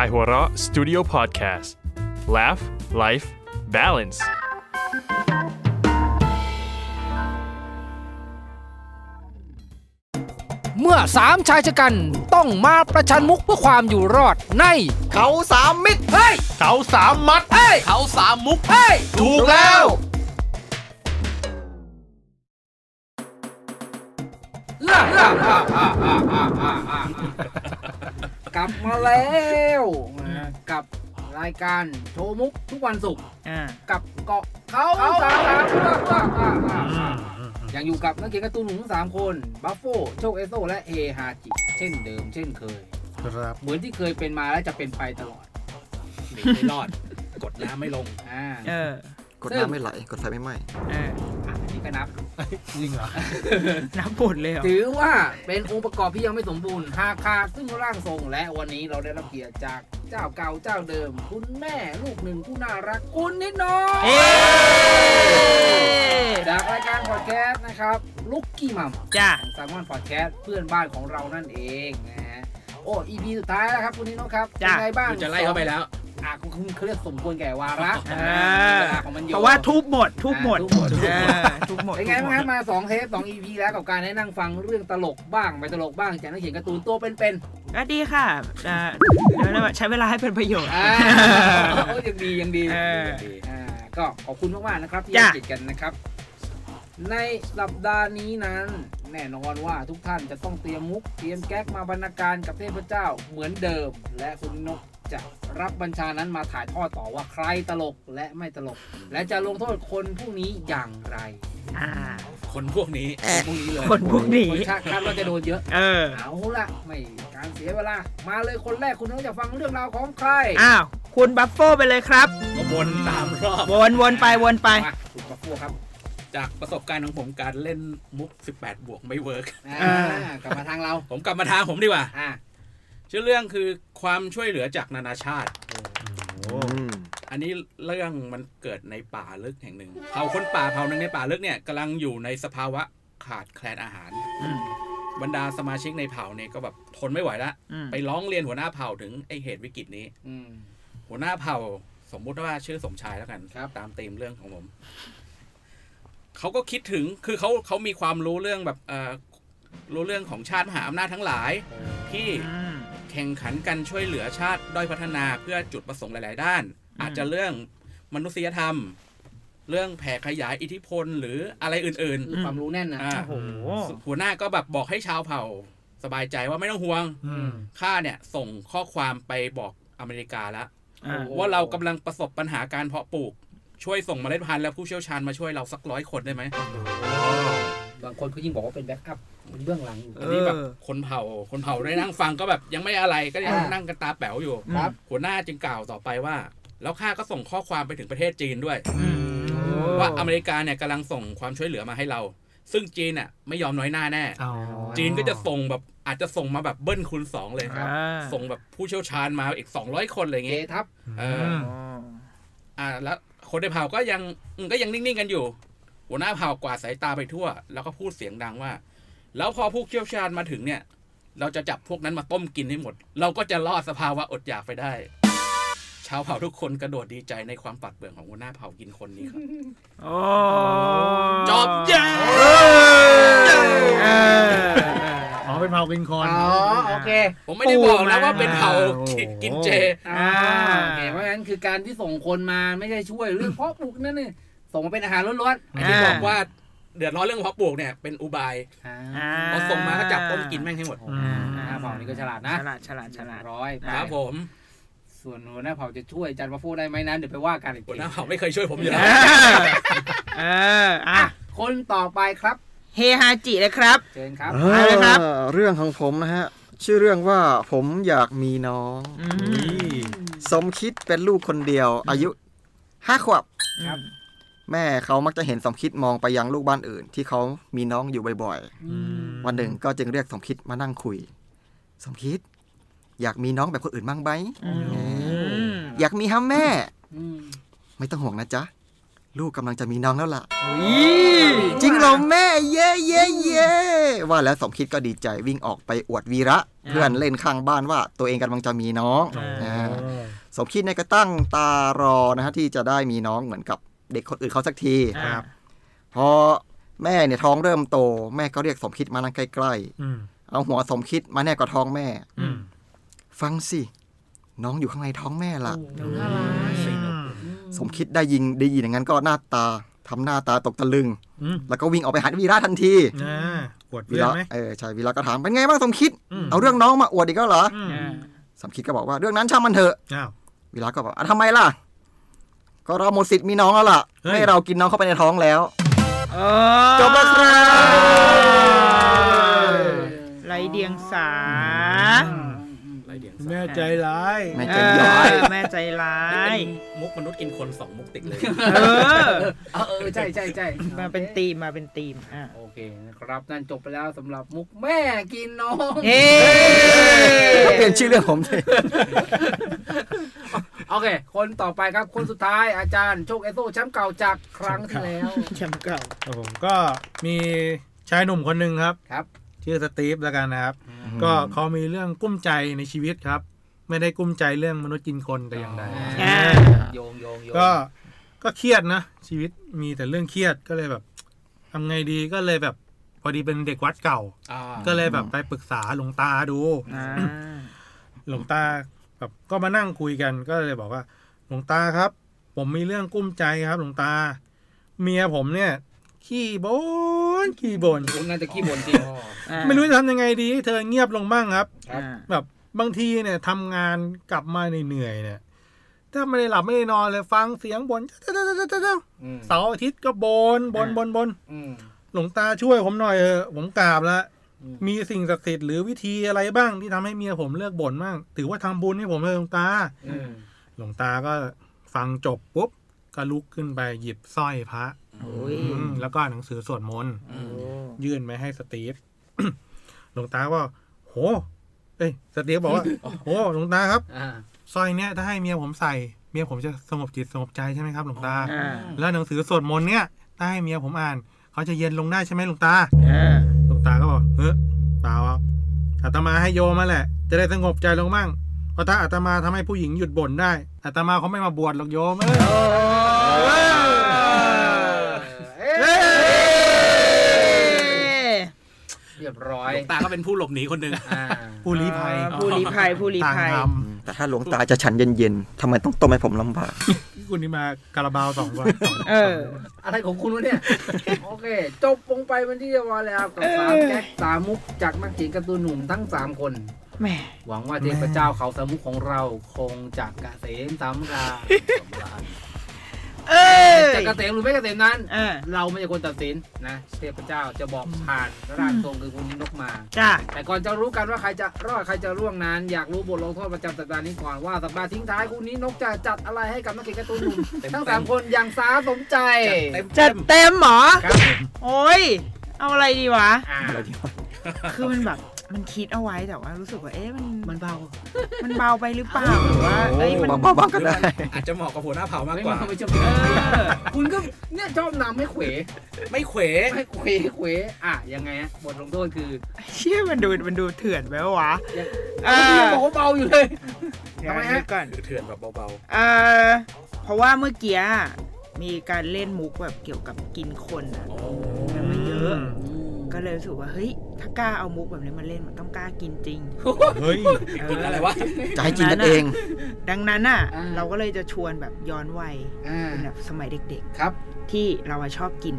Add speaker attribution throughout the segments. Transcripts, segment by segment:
Speaker 1: ายหัวเราะ Studio Podcast Laugh Life Balance
Speaker 2: เมื่อสามชายชะกันต้องมาประชันมุกเพื่อความอยู่รอดใน
Speaker 3: เขาสามมิตร
Speaker 2: เฮ้ย
Speaker 1: เขาสามมัด
Speaker 2: เฮ้ย
Speaker 3: เขาสามมุก
Speaker 2: เฮ้ย
Speaker 3: ถูกแล้ว
Speaker 2: กลับมาแล้วนะกับรายการโชว์มุกทุกวันศุกร์กับเกาะเขาสามยังอยู่กับนักเขียนการ์ตูนหนุ่มทั้งสามคนบัฟโฟโชคเอโซและเอฮาจิเช่นเดิม เช่นเคย
Speaker 4: ครับ
Speaker 2: เหมือนที่เคยเป็นมาและจะเป็นไปตลอดหนีไม่รอด กดน้ำไม่ลงอ่า
Speaker 5: เออก
Speaker 4: ด
Speaker 2: ซึ่ง
Speaker 4: น้ำไม่ไหลกดไฟไม่ไหม้
Speaker 5: เออ
Speaker 2: อ่ะอันนี้ก็นับ
Speaker 5: น้ำปดเลยเหรอ
Speaker 2: ถือว่าเป็นองค์ประกอบที่ยังไม่สมบูรณ์หากขาดซึ่งร่างทรงและวันนี้เราได้รับเกียรติจากเจ้าเก่าเจ้าเดิม คุณแม่ลูกหนึ่งผู้น่ารักคุณนิดหน้อยจากรายการพอดแคสต์นะครับลุกกี้มัม
Speaker 5: จ้า
Speaker 2: ของสามอนพอดแคสต์เพื่อนบ้านของเรานั่นเองนะฮะโอ้อีพีสุดท้ายแล้วครับคุณนิดหน้อยครับเป็นไงบ้าง
Speaker 3: จะไล่เข้าไปแล้ว
Speaker 2: อ่ะคุณเขาเรียกสมควรแก่วา ระ
Speaker 5: เอ
Speaker 2: ว
Speaker 5: อ
Speaker 2: ลของมันอยู่
Speaker 5: เพราะว่าทุบหมด ทุบหมด
Speaker 2: ทุบหมด
Speaker 5: เออทุบหมด
Speaker 2: เป็นไงบ้างครับมาสองเทปสองอีพีแล้วกับการได้นั่งฟังเรื่องตลกบ้างไม่ตลกบ้างจากนักเขียนการ์ตูนตัวเป็นๆ
Speaker 5: ก็ดีค่ะเอ่อเดี๋ยวเราใช้เวลาให้เป็นประโยชน์
Speaker 2: อ่าโอ้ยยังดียังดี
Speaker 5: เออ
Speaker 2: อ่าก็ขอบคุณมากๆนะครับที่
Speaker 5: จ้ะ
Speaker 2: ติดกันนะครับ ในสัปดาห์นี้นั้น แน่นอนว่าทุกท่านจะต้องเตรียมมุกเตรียมแก๊กมาบรรณาการกับเทพเจ้าเหมือนเดิม และคุณนกจะรับบัญชานั้นมาถ่ายทอดต่อว่าใครตลกและไม่ตลก และจะลงโทษคนผู้นี้อย่างไร
Speaker 5: อ่า
Speaker 3: คนพวกนี้
Speaker 2: พวกนี้เลย
Speaker 5: คนพวกนี้
Speaker 2: คคาดคาดว่าจะโดนเยอะ
Speaker 5: เออ
Speaker 2: เอาละไม่การเสียเวลา มาเลยคนแรกคุณนกจะฟังเรื่องราวของใคร
Speaker 5: อ้าว คุณบัฟโฟไปเลยครับ
Speaker 3: ก็วนตามรอบ
Speaker 5: วนวนไปวนไป
Speaker 2: มาคุณกับพวกครับ
Speaker 3: จากประสบการณ์ของผมการเล่นมุก 18 บวกไม่เวิร์ก
Speaker 2: อ่ากลับมาทางเรา
Speaker 3: ผมกลับมาทางผมดีกว่า
Speaker 2: อ่า
Speaker 3: ชื่อเรื่องคือความช่วยเหลือจากนานาชาติ
Speaker 4: อืม
Speaker 3: อันนี้เรื่องมันเกิดในป่าลึกแห่งหนึ่ง เผ่าคนป่าเผ่าหนึ่งในป่าลึกเนี่ยกำลังอยู่ในสภาวะขาดแคลนอาหาร
Speaker 5: อืม
Speaker 3: บรรดาสมาชิกในเผ่าเนี่ยก็แบบทนไม่ไหวละ
Speaker 5: อืม
Speaker 3: ไปร้องเรียนหัวหน้าเผ่าถึงไอเหตุวิกฤตนี้
Speaker 2: อืม
Speaker 3: หัวหน้าเผ่าสมมุติว่าชื่อสมชายแล้วกัน
Speaker 2: ครับ
Speaker 3: ตามธีมเรื่องของผมเขาก็คิดถึงคือเขาเขามีความรู้เรื่องแบบเอ่อรู้เรื่องของชาติมหาอำนาจทั้งหลาย ที่
Speaker 5: อืม
Speaker 3: แข่งขันกันช่วยเหลือชาติด้อยพัฒนาเพื่อจุดประสงค์หลาย ๆ ด้าน
Speaker 5: อืม
Speaker 3: อาจจะเรื่องมนุษยธรรม เรื่องแผ่ขยายอิทธิพลหรืออะไรอื่น
Speaker 2: คือความรู้แน่นนะ
Speaker 3: อ่า
Speaker 5: โอ้โห
Speaker 3: ๆ หัวหน้าก็แบบบอกให้ชาวเผ่า สบายใจว่าไม่ต้องห่วงข้าเนี่ยส่งข้อความไปบอกอเมริกาแล้ว
Speaker 5: อ่า
Speaker 3: ว่าเรากำลังประสบปัญหาการเพาะปลูก ช่วยส่งเมล็ดพันธุ์และผู้เชี่ยวชาญมาช่วยเราสักร้อยคนได้ไหม
Speaker 2: บางคนเขายิ่งบอกว่าเป็นแบ็กอัพเป็นเบื้องหลังอยู่
Speaker 5: เ
Speaker 3: อันนี้แบบ
Speaker 5: เออ
Speaker 3: คนเผ่าคนเผ่าได้นั่งฟังก็แบบยังไม่อะไรก็ยัง
Speaker 2: อ่านั่
Speaker 3: นั่งกันตาแป๋วอยู่
Speaker 5: ครับ
Speaker 3: หัวหน้าจึงกล่าวต่อไปว่า แล้วข้าก็ส่งข้อความไปถึงประเทศจีนด้วย
Speaker 5: อืม
Speaker 3: ว่าอเมริกาเนี่ยกำลังส่งความช่วยเหลือมาให้เรา ซึ่งจีนน่ะไม่ยอมน้อยหน้าแน่ จีนก็จะส่งแบบอาจจะส่งมาแบบเบิ้ลคูณสองเลย
Speaker 5: อ่า
Speaker 3: ส่งแบบผู้เชี่ยวชาญมาอีก200 คนอะไรอย่าง
Speaker 2: เก
Speaker 3: เงี้ย
Speaker 2: ทับ
Speaker 3: เออ
Speaker 5: อ๋อ
Speaker 3: อ่าแล้วคนในเผ่าก็ยังอืมก็ยังนิ่ง ๆ กันอยู่ หัวหน้าเผ่ากวาดสายตาไปทั่ว แล้วก็พูดเสียงดังว่า แล้วพอผู้เชี่ยวชาญมาถึงเนี่ย เราจะจับพวกนั้นมาต้มกินให้หมด เราก็จะรอดสภาวะอดอยากไปได้ ชาวเผ่าทุกคนกระโดดดีใจในความปรัดเปรื่องของหัวหน้าเผ่ากินคนนี้ครับ
Speaker 5: โอ้
Speaker 3: จบเย้
Speaker 5: เออ
Speaker 4: อ๋อเป็นเผากินคอน
Speaker 2: อ๋อ โอเค
Speaker 3: ผมไม่ได้บอกนะว่าเป็นเผ่า
Speaker 4: โอ้โห
Speaker 3: กินเจ
Speaker 2: อ่าโอเคเพราะฉะนั้นคือการที่ส่งคนมาไม่ใช่ช่วยเรื่องเพา ะปลูกนั่นนี่ส่งมาเป็นอาหารล้วน
Speaker 3: ไอ้ที่บอกว่าเดือดร้อนเรื่องเพาะปลูกเนี่ยเป็นอุบาย
Speaker 2: ๆ อ่า
Speaker 5: อ่า
Speaker 3: พอส่งมาก็จับต้มกินแม่งให้หมด
Speaker 4: อืม
Speaker 2: หน้าเผ่านี่ก็ฉลาดนะ
Speaker 5: ฉลาดฉลาดฉลาด
Speaker 2: ร้อย
Speaker 3: ครับผม
Speaker 2: ส่วนหัวหน้าเผ่าจะช่วยจันทร์มาฟูได้ไหมนั้นเดี๋ยวไปว่ากันอีก
Speaker 3: หัว
Speaker 2: ที
Speaker 3: หน้าเผ่าไม่เคยช่วยผมอยู่
Speaker 5: เอ
Speaker 3: แล้ว
Speaker 5: อเอออ่ะ
Speaker 2: คนต่อไปครับ
Speaker 5: เฮฮาจิเลยครับ
Speaker 2: เชิญครับ
Speaker 4: เอ
Speaker 5: เอาเลยครับ
Speaker 4: อเรื่องของผมนะฮะ ชื่อเรื่องว่าผมอยากมีน้อง
Speaker 5: อืม
Speaker 4: สมคิดเป็นลูกคนเดียว อายุห้าขวบ
Speaker 2: ครับ
Speaker 4: แม่เขามักจะเห็นสมคิดมองไปยังลูกบ้านอื่น ที่เขามีน้องอยู่บ่อยๆ วันหนึ่งก็จึงเรียกสมคิดมานั่งคุย สมคิด อยากมีน้องแบบคนอื่นบ้างไหมเอ
Speaker 5: อื
Speaker 4: อ
Speaker 5: ม
Speaker 4: อยากมีฮะแม่
Speaker 2: อืม
Speaker 4: ไม่ต้องห่วงนะจ๊ะ ลูกกำลังจะมีน้องแล้วล่ะ
Speaker 5: อุ๊ย
Speaker 4: จริงเหรอแม่เย้เย้เย้ว่าแล้วสมคิดก็ดีใจวิ่งออกไปอวดวีระ เพื่อนเล่นข้างบ้านว่าตัวเองกำลังจะมีน้อง
Speaker 5: า
Speaker 4: อ่า สมคิดเนี่ยก็ตั้งตารอนะฮะที่จะได้มีน้องเหมือนกับเด็กคนอื่นเขาสักที
Speaker 5: อ่า
Speaker 6: ครับ
Speaker 4: พอแม่เนี่ยท้องเริ่มโต แม่ก็เรียกสมคิดมานั่งใกล้
Speaker 6: อืม
Speaker 4: ๆ เอาหัวสมคิดมาแนบกับท้องแม่
Speaker 6: อืม
Speaker 4: ฟังสิ น้องอยู่ข้างในท้องแม่ละ่ะ
Speaker 2: ดูน่ารัก
Speaker 6: อืม
Speaker 4: สมคิดได้ยิงได้ยินอย่างนั้นก็หน้าตาทำหน้าตาตกตะลึง
Speaker 6: อืม
Speaker 4: แล้วก็วิ่งออกไปหาวีระทันที
Speaker 6: อ่าขวด
Speaker 4: วี
Speaker 6: เลือด
Speaker 4: ระ
Speaker 6: ไหม
Speaker 4: เออใช่วีระก็ถามเป็นไงบ้างสมคิด
Speaker 6: อืม
Speaker 4: เอาเรื่องน้องมาอวดอีกแล้วเหรอ
Speaker 6: อืม
Speaker 2: อ่า
Speaker 4: สมคิดก็บอกว่าเรื่องนั้นช่างมันเถอะ
Speaker 6: อ้าว
Speaker 4: วีระก็บอกอ่ะทำไมล่ะ ก็เราหมดสิทธิ์มีน้องแล้วล่ะ
Speaker 6: เฮ้ย
Speaker 4: ให้เรากินน้องเข้าไปในท้องแล้ว
Speaker 5: เออ
Speaker 4: จบแล้วครับ
Speaker 5: ไรเดียงสา
Speaker 3: ไรเดียง
Speaker 6: แม่ใจร้าย
Speaker 4: แม่
Speaker 5: เอ
Speaker 4: ใจร้าย
Speaker 5: อแม่ใจร้า
Speaker 3: ไอ้
Speaker 5: ย
Speaker 3: มุกมนุษย์กินคนสองมุกติดเลย
Speaker 5: เออ
Speaker 2: เออเออใช่ใช่ใช่
Speaker 5: มาเป็นตีม มาเป็นตีม อ่ะ
Speaker 2: โอเคนะครับ นั่นจบไปแล้วสำหรับมุกแม่กินน้อง
Speaker 5: เอ๊ะ
Speaker 4: เปลี่ยนชื่อเรื่องผมเลย
Speaker 2: โอเค คนต่อไปครับคนสุดท้ายอาจารย์โชคเอโซแชมป์เก่าจากครั้งที่แล้ว
Speaker 5: แชมป์เก่า
Speaker 6: ครับผมก็มีชายหนุ่มคนหนึ่งครับ
Speaker 2: ครับ
Speaker 6: ชื่อสตีฟแล้วกันนะครับ ก็เขามีเรื่องกุ้มใจในชีวิตครับ ไม่ได้กุ้มใจเรื่องมนุษย์กินคนแต่อย่างใด
Speaker 5: อ่า
Speaker 2: โยงโยงโยง
Speaker 6: ก็ก็เครียดนะ ชีวิตมีแต่เรื่องเครียดก็เลยแบบทำไงดีก็เลยแบบพอดีเป็นเด็กวัดเก่า
Speaker 3: อ่า
Speaker 6: ก็เลยแบบไปปรึกษาหลวงตาดู
Speaker 5: อ่า
Speaker 6: หลวงตาแบบก็มานั่งคุยกันก็เลยบอกว่าหลวงตาครับ ผมมีเรื่องกุ้มใจครับ หลวงตา เมียผมเนี่ย ขี้บ่นขี้บ่น
Speaker 2: คุณน่าจะขี้บ่นจริง
Speaker 5: อ่า
Speaker 6: ไม่รู้จะทำยังไงดีให้เธอเงียบลงบ้างครับ
Speaker 2: ครับ
Speaker 5: อ่า
Speaker 6: แบบบางทีเนี่ยทำงานกลับมาเหนื่อยๆเนี่ยถ้าไม่ได้หลับไม่ได้นอนเลยฟังเสียงบ่นเจ้าๆๆๆ
Speaker 2: อืม
Speaker 6: ๆเสาร์อาทิตย์ก็บนบนบนบน
Speaker 2: อืม
Speaker 6: หลวงตาช่วยผมหน่อยเออะผมกราบละ
Speaker 2: อืม
Speaker 6: มีสิ่งศักดิ์สิทธิ์หรือวิธีอะไรบ้างที่ทำให้เมียผมเลิกบ่นบ้างถือว่าทำบุญให้ผมเลยหลวงตา
Speaker 2: อืม
Speaker 6: หลวงตาก็ฟังจบปุ๊บ ก็ลุกขึ้นไปหยิบสร้อยพระ
Speaker 5: โอ้ย
Speaker 6: อืมแล้วก็หนังสือสวดมนต์
Speaker 5: โอ้
Speaker 6: ยื่นไปให้สตีฟ หลวงตาว่าโห เอ้ยสตีฟ บอกว่า โหหลวงตาครับ
Speaker 2: อ่า
Speaker 6: สร้อยเนี้ยถ้าให้เมียผมใส่ เมียผมจะสงบจิตสงบใจใช่ไหมครับหลวงตา
Speaker 5: อ่า
Speaker 6: แล้วหนังสือสวดมนต์เนี้ยถ้าให้เมียผมอ่าน เขาจะเย็นลงได้ใช่ไหมหลวงตา
Speaker 5: อ่า
Speaker 6: หลวงตาก็บอกเฮ้ยเปล่าครับอาตมาให้โยมมาแหละ จะได้สงบใจลงมั่งเพราะถ้าอาตมาทำให้ผู้หญิงหยุดบ่นได้อาตมาเขาไม่มาบวชหรอกโยมเอ้ย
Speaker 2: เอ้ย
Speaker 5: เอ๊ะ
Speaker 2: เรียบร้อ
Speaker 3: ห
Speaker 2: ย
Speaker 3: ลวงตาก็เป็นผู้หลบหนีคนหนึ่ง
Speaker 2: อ่า
Speaker 6: ผู้ลี้ภัย
Speaker 5: อ่าผู้ลี้ภัย ผู้ลี้
Speaker 6: ต่าง
Speaker 5: ภัย
Speaker 6: ด
Speaker 4: แต่ถ้าหลวงตาจะฉันเย็นๆทำไมต้องต้มให้ผมลำบาก
Speaker 6: ำที่คุณนี่มาการาบาวสองวัน
Speaker 5: เออ
Speaker 2: อะไรของคุณวะเนี่ย โอเค จบลงไปเป็นที่เรียบร้อยแล้วกับสามแก๊กสามมุกจากนักเขียนการ์ตูนหนุ่มทั้งสามคน
Speaker 5: แหม
Speaker 2: หวังว่าเทพเจ้าเขาสามมุกของเราคงจะกเกษมสำราญ
Speaker 5: เอ้ย
Speaker 2: จะเกษมหรือไม่เกษมนั้น
Speaker 5: เออ
Speaker 2: เราไม่ใช่คนตัดสินนะเทพเจ้าจะบอกผ่านร่างทรงคือคุณนกมา
Speaker 5: จ้า
Speaker 2: แต่ก่อนจะรู้กันว่าใครจะรอดใครจะร่วงนั้น อยากรู้บทลงโทษประจำสัปดาห์นี้ก่อนว่าสัปดาห์ทิ้งท้ายคู่นี้นกจะจัดอะไรให้กับนักเขียนการ์ตูนหนุ่มทั้งสามคนอย่างสาสมใจ
Speaker 5: จัดเต็มเหรอ
Speaker 2: ครับ
Speaker 5: โอ้ย เอาอะไรดีวะ
Speaker 2: อ่า
Speaker 5: คือมันแบบ มันคิดเอาไว้แต่ว่ารู้สึกว่า เอ๊ะ มัน
Speaker 2: มันเบา
Speaker 5: มันเบาไปหรือเปล่าหรือว่า เอ้ย มัน
Speaker 4: บางๆก็ได้
Speaker 3: อาจจะเหมาะกับหัวหน้าเผ่ามากกว่า
Speaker 2: ไไชอบ
Speaker 5: เออ
Speaker 2: คุณก็เนี่ยชอบนำให้เขว
Speaker 3: ไม่เขว
Speaker 2: ให้เขวเขวอ่ะยังไงฮะบทลงโทษคือ
Speaker 5: เชี่ยมันดู มันดูเถื่อนไปปะวะ
Speaker 2: ยัง
Speaker 5: เออ
Speaker 2: ยังบอกว่าเบาอยู่เลย
Speaker 5: เดี๋ยว
Speaker 2: ทำไมฮะ
Speaker 5: นึกก่อน
Speaker 3: หรือเถื่อนแบบเบา
Speaker 5: เออเพราะว่าเมื่อกี้มีการเล่นมุกแบบเกี่ยวกับกินคนอ่ะมันมาเยอะ ก็เลยรู้สึกว่า เฮ้ย ถ้ากล้าเอามุกแบบนี้มาเล่นมันต้องกล้ากินจริง
Speaker 6: เฮ้ย
Speaker 3: ๆกินอะไรวะ
Speaker 4: จะให้กินกันเอง
Speaker 5: ดังนั้นอ่ะ
Speaker 2: อ่า
Speaker 5: เราก็เลยจะชวนแบบย้อนวัย
Speaker 2: อ่า
Speaker 5: เป็นแบบสมัยเด็ก
Speaker 2: ครับ
Speaker 5: ๆ ที่เราอะชอบกิน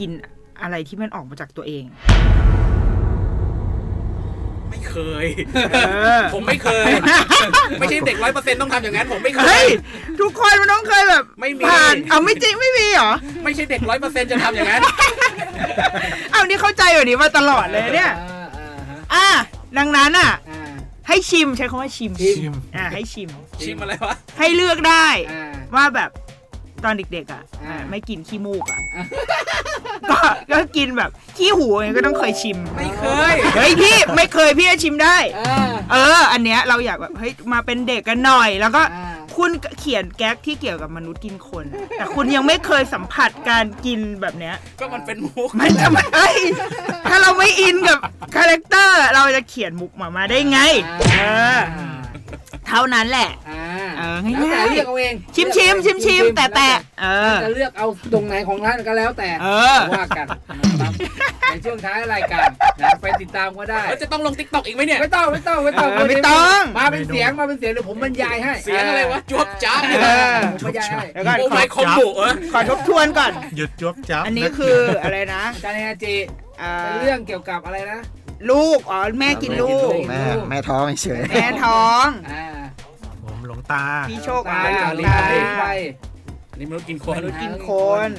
Speaker 5: กินอะไรที่มันออกมาจากตัวเอง
Speaker 3: ไม่เคย
Speaker 5: เออ
Speaker 3: ผมไม่เคย ไม่ใช่เด็กร้อยเปอร์เซ็นต์ต้องทำอย่างนั้น ผมไม่เค
Speaker 5: เฮ้
Speaker 3: ย
Speaker 5: ย ทุกคนมันต้องเคยแบบ
Speaker 3: ไม่มี
Speaker 5: ผ่านเอาไม่จริงไม่มีเหรอ
Speaker 3: ไม่ใช่เด็กร้อยเปอร์เซ็นต์จะทำอย่างนั้น
Speaker 5: เอานี่เข้าใจแบบนี้มาตลอดเลยเนี่ย
Speaker 2: อ่าอ่าฮะ
Speaker 5: อ่ะดังนั้นอ่ะ
Speaker 2: อ่า
Speaker 5: ให้ชิมใช้คำว่าชิม
Speaker 2: ชิม
Speaker 5: อ่ะให้ชิม
Speaker 3: ชิมอะไรวะ
Speaker 5: ให้เลือกได้
Speaker 2: อ่า
Speaker 5: ว่าแบบตอนเด็กๆอ่ะ
Speaker 2: อ่า
Speaker 5: ไม่กินขี้มูกอ่ะก็ก็กินแบบขี้หูอย่างเงี้ยก็ต้องเคยชิม
Speaker 3: ไม่เคย
Speaker 5: เฮ้ยพี่ไม่เคยพี่จะชิมได้
Speaker 2: อ่า
Speaker 5: เออ อันเนี้ยเราอยากแบบเฮ้ยมาเป็นเด็กกันหน่อย แล้วก็
Speaker 2: อ่า
Speaker 5: คุณเขียนแก๊กที่เกี่ยวกับมนุษย์กินคนอะแต่คุณยังไม่เคยสัมผัสการกินแบบเนี้ย
Speaker 3: ก็มันเป็นมุก
Speaker 5: มันจะไม่เอ้ยถ้าเราไม่อินกับคาแรคเตอร์เราจะเขียนมุกมามาได้ไง เออ เท่านั้นแหละ
Speaker 2: อ่า
Speaker 5: เออ
Speaker 2: แล้วแต่
Speaker 5: ง่ายๆ
Speaker 2: เลือกเอาเอง
Speaker 5: ชิมชิมชิมชิมแต่แต่เออ
Speaker 2: จะเลือกเอาตรงไหนของท่านก็แล้วแต่
Speaker 5: เออ
Speaker 2: ว่ากันนะครับในช่วงท้ายรายการนะไปติดตามก็ได้
Speaker 3: แล้วจะต้องลงติ๊กต็อกอีกไหมเนี่ย
Speaker 2: ไม่ต้องไม่ต้องไม่ต้อง
Speaker 5: เออไม่ต้อง
Speaker 2: มาเป็นเสียงมาเป็นเสียงเดี๋ยวผมบรรยายให้
Speaker 3: เสียงอะไรวะจวบจ๊าบ
Speaker 2: เออผมบรรยายให้
Speaker 5: เดี๋ยวก่อน
Speaker 3: โอ้
Speaker 5: ขอ
Speaker 3: ไม่คอมบุเหรอ
Speaker 5: ขอทบทวนก่อน
Speaker 6: หยุดจวบจับ
Speaker 5: อันนี้คืออะไรนะ
Speaker 2: อาจารย์เฮฮาจี
Speaker 5: เอ่อ
Speaker 2: เป็นเรื่องเกี่ยวกับอะไรนะ
Speaker 5: ลูกอ๋อแม่กินลูก
Speaker 4: แม่แม่ท้องเฉย
Speaker 5: แม่ท้อง
Speaker 2: อ่า
Speaker 6: ผมหลวงตา
Speaker 5: พี่โชคอ๋อ
Speaker 2: ตา
Speaker 5: เป็นหลวง
Speaker 2: ลิ้น
Speaker 5: ตา
Speaker 2: ไปลิ้นไป
Speaker 3: อันนี้มนุษย์กินค
Speaker 5: ม
Speaker 3: น
Speaker 5: นุษย์กินคน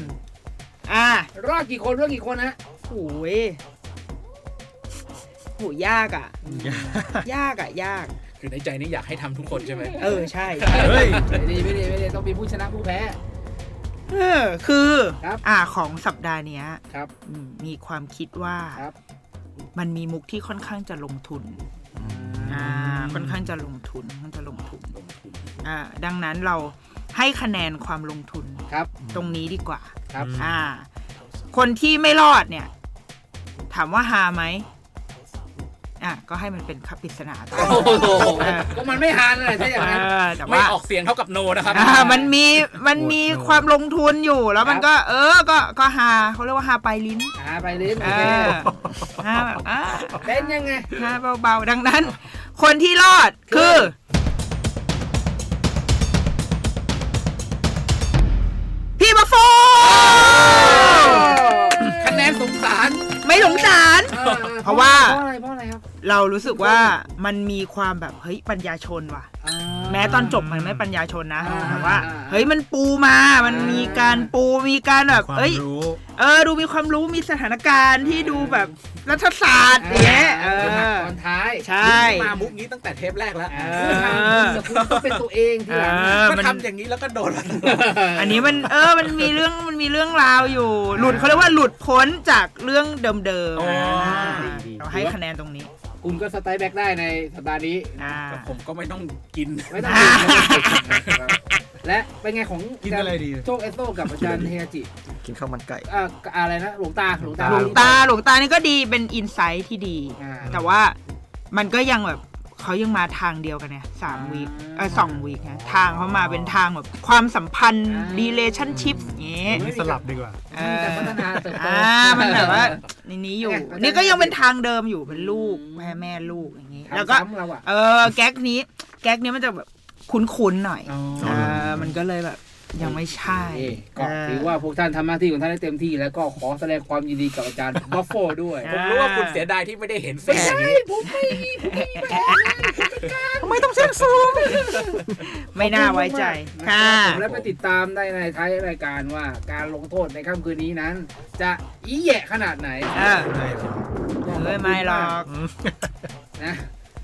Speaker 5: อ่ะ
Speaker 2: รอดกี่คนเรื่องกี่คนฮะ
Speaker 5: โอ้ยโหยากอ่ะ ยากอ่ะ ยาก
Speaker 3: คือในใจนี่อยากให้ทำทุกคนใช่ไหม
Speaker 5: เออ ใช่
Speaker 6: เฮ้ย
Speaker 2: ไม่ดีไม่ดีไม่ดีต้องมีผู้ชนะผู้แพ้
Speaker 5: เออ คือ
Speaker 2: ครับ
Speaker 5: อ่า ของสัปดาห์เนี้ย
Speaker 2: ครับ
Speaker 5: อืมมีความคิดว่า
Speaker 2: ครับ
Speaker 5: มันมีมุกที่ค่อนข้างจะลงทุน อ่า ค่อนข้างจะลงทุน ค่อนข้างจะลงทุน อ่า ดังนั้นเราให้คะแนนความลงทุน
Speaker 2: ครับ
Speaker 5: ตรงนี้ดีกว่า
Speaker 2: ครับ
Speaker 6: อืม
Speaker 5: อ่า คนที่ไม่รอดเนี่ย ถามว่าฮาไหม อ่ะ ก็ให้มันเป็นคับปริศนาต่อ
Speaker 3: โอ้โห
Speaker 5: เออ
Speaker 2: ก็มันไม่หานอะไรถ้าอย่างนั้น
Speaker 5: เออแต่
Speaker 3: ไม่
Speaker 5: ว่า
Speaker 3: ออกเสียงเท่ากับโนนะครับ
Speaker 5: อ่ามันมีมันมีความลงทุนอยู่แล้วมันก็ เออ ก็ก็ฮาเขาเรียกว่าฮาปลายลิ้น
Speaker 2: หาไปเล่นโอ
Speaker 5: เอ
Speaker 2: เค
Speaker 5: อฮาแบบอ่า
Speaker 2: เป็นยังไง
Speaker 5: ฮาเบาๆ ดังนั้น คนที่รอดคือ พี่บัฟโฟ
Speaker 3: คะแนนสงสาร
Speaker 5: ไม่สงสาร
Speaker 2: ออออ
Speaker 5: เพราะว่า
Speaker 2: เพราะอะไรเพราะอะไรครับ
Speaker 5: เรารู้สึกว่ามันมีความแบบ เฮ้ย ปัญญาชนว่ะ
Speaker 2: อ่า
Speaker 5: แม้ตอนจบมันไม่ปัญญาชนนะ
Speaker 2: อ่า
Speaker 5: แต่ว่า
Speaker 2: อ่า
Speaker 5: เฮ้ยมันปูมา มัน
Speaker 2: อ่ามี
Speaker 5: มีการปูมีการแบบ
Speaker 6: ความ
Speaker 5: เอ้ย
Speaker 6: รู้
Speaker 5: เออ ดูมีความรู้มีสถานการณ์ที่ดูแบบรัฐศาสตร์อย่างเงี้ยเอ
Speaker 2: คือหัก
Speaker 5: อ
Speaker 2: ตอนท้าย
Speaker 5: ใช่
Speaker 3: มามุกนี้ตั้งแต่เทปแรกแล้ว
Speaker 2: เออคุณก็เป็นตัวเองที
Speaker 5: เอ
Speaker 2: หลังนะ
Speaker 5: อ
Speaker 3: ก็
Speaker 5: มัน
Speaker 3: ทำอย่างนี้แล้วก็โดนมาตลอด
Speaker 5: อันนี้มันเออ มันมีเรื่องมันมีเรื่องราวอยู่ หลุดเขาเรียกว่าหลุดพ้นจากเรื่องเดิมๆอ่าเราให้คะแนนตรงนี้
Speaker 2: คุณก็สไตล์แบ็กได้ในสัปดาห์นี้
Speaker 5: อ่า
Speaker 3: แต่ผมก็ไม่ต้องกิน
Speaker 2: ไม่ต้องติดนะครับและเป็นไงของ
Speaker 6: กินอะไรดี
Speaker 2: โชคเอสโซกับอาจารย์เฮียจิ
Speaker 4: กินข้าวมันไก่
Speaker 2: เอ่ออะไรนะ หลวงตา หลวงตา
Speaker 5: หลวงตาหลวงตานี่ก็ดีเป็นอินไซต์ที่ดี
Speaker 2: อ่า
Speaker 5: แต่ว่ามันก็ยังแบบเขายังมาทางเดียวกันไงสาม
Speaker 2: อ่า
Speaker 5: วีคเออสองวีคนะทางเขามาเป็นทางแบบความสัมพันธ์
Speaker 2: อ่า
Speaker 5: relationship อย่างเงี้ย
Speaker 6: อันนี้สลับดีกว่า
Speaker 5: เอ
Speaker 2: มี
Speaker 5: อ
Speaker 2: แต่พัฒนาเติบโต
Speaker 5: อ่ามันแบบว่าในนี้อยู่
Speaker 2: เป็นไง
Speaker 5: นี่ก็ยังเป็นทางเดิมอยู่เป็นลูก
Speaker 2: อืม
Speaker 5: แม่แม่ลูกอย่างงี้
Speaker 2: ถาม
Speaker 5: แล้วก็
Speaker 2: ซ้ำเราอ่ะ
Speaker 5: เออแก๊กนี้ แก๊กนี้มันจะแบบคุ้นๆหน่อยเออมันก็เลยแบบยังไม่ใช่
Speaker 2: เอ่อก็ถือว่าพวกท่านทำหน้าที่ของท่านได้เต็มที่ แล้วก็ขอแสดงความยินดีกับอาจารย์บัฟโฟด้วย
Speaker 3: ผมรู้ว่าคุณเสียดายที่ไม่ได้เห็นแส
Speaker 2: ไม่
Speaker 3: ง
Speaker 2: ใช่
Speaker 3: นี้
Speaker 2: ผมไม่
Speaker 5: ไม่ต้องเซ็นซูม ไม่น่าไว้ใจ
Speaker 2: ขอบ
Speaker 5: ค่ะ
Speaker 2: ณมากๆนะครับผมและไปติดตามได้ในท้ายรายการว่าการลงโทษในค่ำคืนนี้นั้น จะอีแหยะขนาดไหน
Speaker 5: เออเอ้ยไม่หรอก
Speaker 2: นะ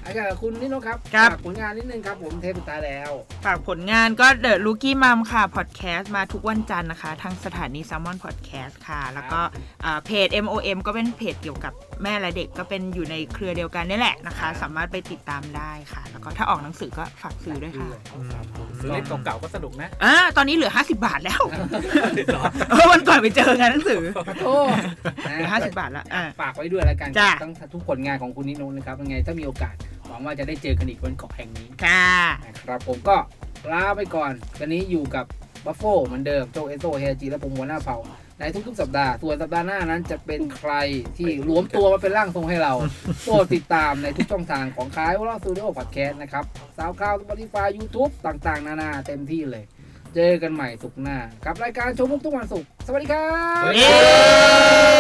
Speaker 2: อาจารย์กับคุณนิโนครับ
Speaker 5: ครับ
Speaker 2: ฝากผลงานนิดนึงครับผมเทปสุดท้ายแล้ว
Speaker 5: ฝากผลงานก็เดอะลูกี้มัมค่ะ พอดแคสต์มาทุกวันจันทร์นะคะ ทางสถานี s ซ l m o n Podcast ค่ะ แล้วก็อ่าเพจ MOM ก็เป็นเพจเกี่ยวกับแม่และเด็กก็เป็นอยู่ในเครือเดียวกันนี่แหละนะคะ สามารถไปติดตามได้ค่ะ แล้วก็ถ้าออกหนังสือก็ฝากซื้อด้วยค่ะ
Speaker 3: ซื้อเล่มเก่าๆก็สนุกนะ
Speaker 5: อ่า ตอนนี้เหลือ 50 บาทแล้ว เออวันก่อนไปเจองานหนังสือ
Speaker 2: โอ้
Speaker 5: เหลือ 50 บาทแล้วอ่า
Speaker 2: ฝากไว้ด้วยรายการ
Speaker 5: จ้ะ
Speaker 2: ทั้งทุกผลงานของคุณนิโนนะครับยังไงถ้ามีโอกาสหวังว่าจะได้เจอกันอีกวันเกาะแห่งนี้
Speaker 5: ค่ะ
Speaker 2: นะครับผมก็ลาไปก่อนวันนี้อยู่กับบัฟโฟเหมือนเดิมโจเอโซเฮจิและผมหัวหน้าเผ่าในทุกๆสัปดาห์ส่วนสัปดาห์หน้านั้นจะเป็นใครที่รวมตัวมาเป็นร่างทรงให้เรา โปรดติดตามในทุกช่องทางของคายวอลล์สตูดิโอพอดแคสต์นะครับสาวข่าวสปอติฟายยูทูบต่างๆ นานาเต็มที่เลย เจอกันใหม่สุกร์หน้ากับรายการชมมุกทุกวันศุกร์สวัสดีครับ
Speaker 5: เย้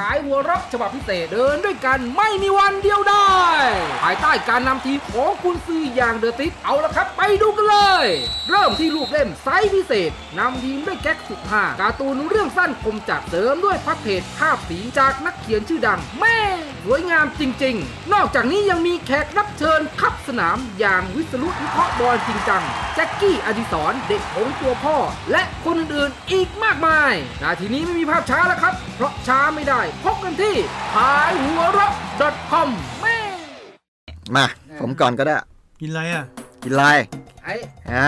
Speaker 2: ขายหัวเรับฉบับพิเศษเดินด้วยกันไม่มีวันเดียวได้ ภายใต้การนำทีมของคุณซื้ออย่างเดอะติกเอาละครับไปดูกันเลย เริ่มที่รูปเล่มไซส์พิเศษนำทีมด้วยแก๊กสุดฮาการ์ตูนเรื่องสั้นคมจัดเสริมด้วยพัฒเพจภาพสีจากนักเขียนชื่อดัง แม่สวยงามจริง ๆ นอกจากนี้ยังมีแขกรับเชิญขับสนามอย่างวิศรุวิเคราะห์บอลจริงจังแจ็คกี้อดิศรเด็กของส์ตัวพ่อ และคนอื่นๆอีกมากมาย นาทีนี้ไม่มีภาพช้าแล้วครับ เพราะช้าไม่ได้ พบกันที่ขายหัวเรัก .com แม่
Speaker 4: มา ผมก่อนก็ได้
Speaker 6: กินอะไรอ่ะ
Speaker 4: กินอะไร
Speaker 2: ไอ้
Speaker 4: อ่า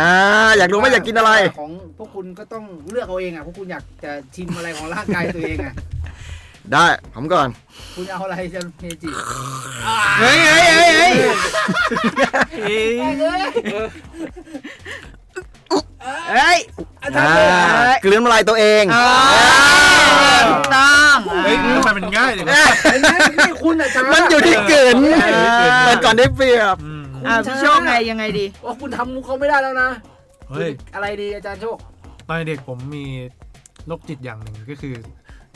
Speaker 4: อยากรู้ไหมอยากกินอะไร
Speaker 2: ของพวกคุณก็ต้องเลือกเอาเองอ่ะพวกคุณอยากจะชิมอะไรของร่างกายตัวเองอ่ะ
Speaker 4: ได้ ผมก่อน
Speaker 2: คุณจะเอาอะไรจะเมจิ
Speaker 4: เฮ้ยเฮ้ยเฮ้ยเฮ้ย
Speaker 5: เอ้ย
Speaker 4: อ่าเกลือนำลายตัวเอง
Speaker 5: ถูกต้องอ่ะ
Speaker 6: เฮ้ยทำไมมันง่ายเลยนะ
Speaker 2: ไอ้นั่นไม่คุณอ่ะจ้า
Speaker 4: มันอยู่ที่เกลือน
Speaker 6: เออ
Speaker 4: เปิดก่อนได้เปรียบ
Speaker 6: อืม
Speaker 5: อ่ะพี่โชคไงยังไงดี
Speaker 2: ว่าคุณทำมุกเขาไม่ได้แล้วนะ
Speaker 6: เฮ้ย
Speaker 2: อะไรดีอาจารย์โชค
Speaker 6: ตอนเด็กผมมีโรคจิตอย่างหนึ่งก็คือ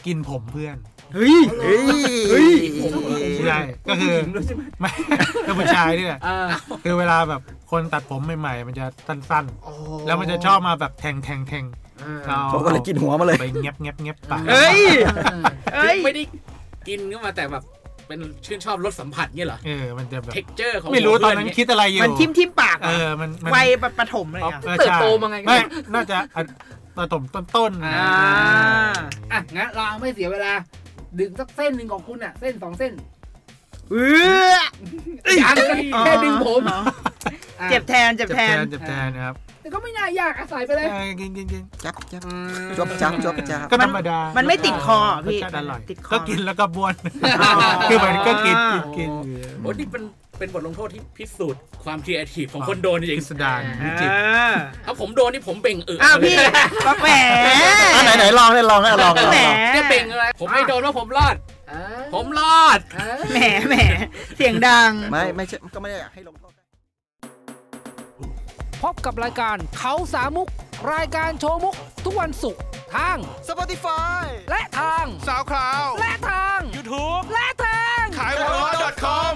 Speaker 6: กินผมเพื่อน
Speaker 4: เฮ้ย เฮ้ยเฮ้ย
Speaker 6: ใช่ก็คือไม่ ก็ผู้ชายนี่แหละ
Speaker 2: อ่า
Speaker 6: คือเวลาแบบคนตัดผมใหม่ๆ มันจะสั้นๆ แล้วมันจะชอบมาแบบแทงแทงแทงเรา
Speaker 4: ผมก็เลยกินหัวมาเลย
Speaker 6: ไปเงียบเงียบเงียบปาก
Speaker 4: เฮ้ย
Speaker 3: คือไม่ได้กินก็มาแต่แบบเป็นชื่นชอบรสสัมผัสเนี่ยเหรอ
Speaker 6: เออมันจะแบบ
Speaker 3: เท็กเจอร์ของ
Speaker 6: ไม่รู้ตอนนั้น
Speaker 3: หัวเพื่
Speaker 6: คิดอะไรอยู่
Speaker 5: มันทิ่มทิ่มปากเหร
Speaker 6: เอ
Speaker 5: อ
Speaker 6: อมันมัน
Speaker 5: วัยปประถมเลย
Speaker 6: ออ
Speaker 5: อ่ะ
Speaker 6: ออ
Speaker 2: เติบโต
Speaker 6: ใช่
Speaker 2: มาไงกัน
Speaker 6: ไม่น่าจะอันประถมต้นๆ
Speaker 5: อ่า
Speaker 2: อ่ะงั้นเราไม่เสียเวลา ดึงสักเส้นหนึ่งของคุณอ่ะ เส้นสองเส้น
Speaker 5: เออ
Speaker 2: ยังแค่ดึงผมอ่ะ
Speaker 5: เจ็บแทนเจ็บ
Speaker 6: เจ็บ
Speaker 5: แท
Speaker 6: แท
Speaker 5: น
Speaker 6: นเจ็บแทนนะครับ
Speaker 2: แต่ก็ไม่น่ายากอะใส่ไปเลย
Speaker 6: เออกินกินกิน
Speaker 4: จับจับจับจับจับจับ
Speaker 6: ก็ธรรมดา
Speaker 5: มั
Speaker 6: มัน
Speaker 5: ไม่ติดคอ
Speaker 6: รส
Speaker 5: พี่
Speaker 6: ชาติอร่อย
Speaker 5: ติดคอ
Speaker 6: ก็กินแล้วก็บ้วน คือมันก็กินกินกิน
Speaker 3: โอ้นี่เป็นเป็นบทลงโทษที่พิสูจน์ความครีเอทีฟของคนโดนจริง
Speaker 6: พิสดารวิจิตร
Speaker 3: ๆถ้าผมโดนนี่ผมเบ่งเออ
Speaker 5: อ้าว
Speaker 3: เล
Speaker 5: พี่
Speaker 3: ย
Speaker 5: ก็แหม
Speaker 4: อ่ะไหนไหนลองได้ลองได้ลองลอง
Speaker 5: แหม
Speaker 4: ลอง
Speaker 3: เนี่ยเบ่งอะไรผมไม่โดนว่าผมรอด
Speaker 2: อ่า
Speaker 3: ผมรอด
Speaker 2: อ่า
Speaker 5: แหมแหมเสียงดัง
Speaker 4: ไม่ไม่ใช่ก็ไม่ได้อยากให้ลงโทษ
Speaker 2: พบกับรายการเขาสามุก รายการโชว์มุก ทุกวันศุกร์ทาง
Speaker 4: Spotify
Speaker 2: และทาง
Speaker 7: SoundCloud
Speaker 2: และทาง
Speaker 7: YouTube
Speaker 2: และทาง
Speaker 7: ขายหัวเราะ .com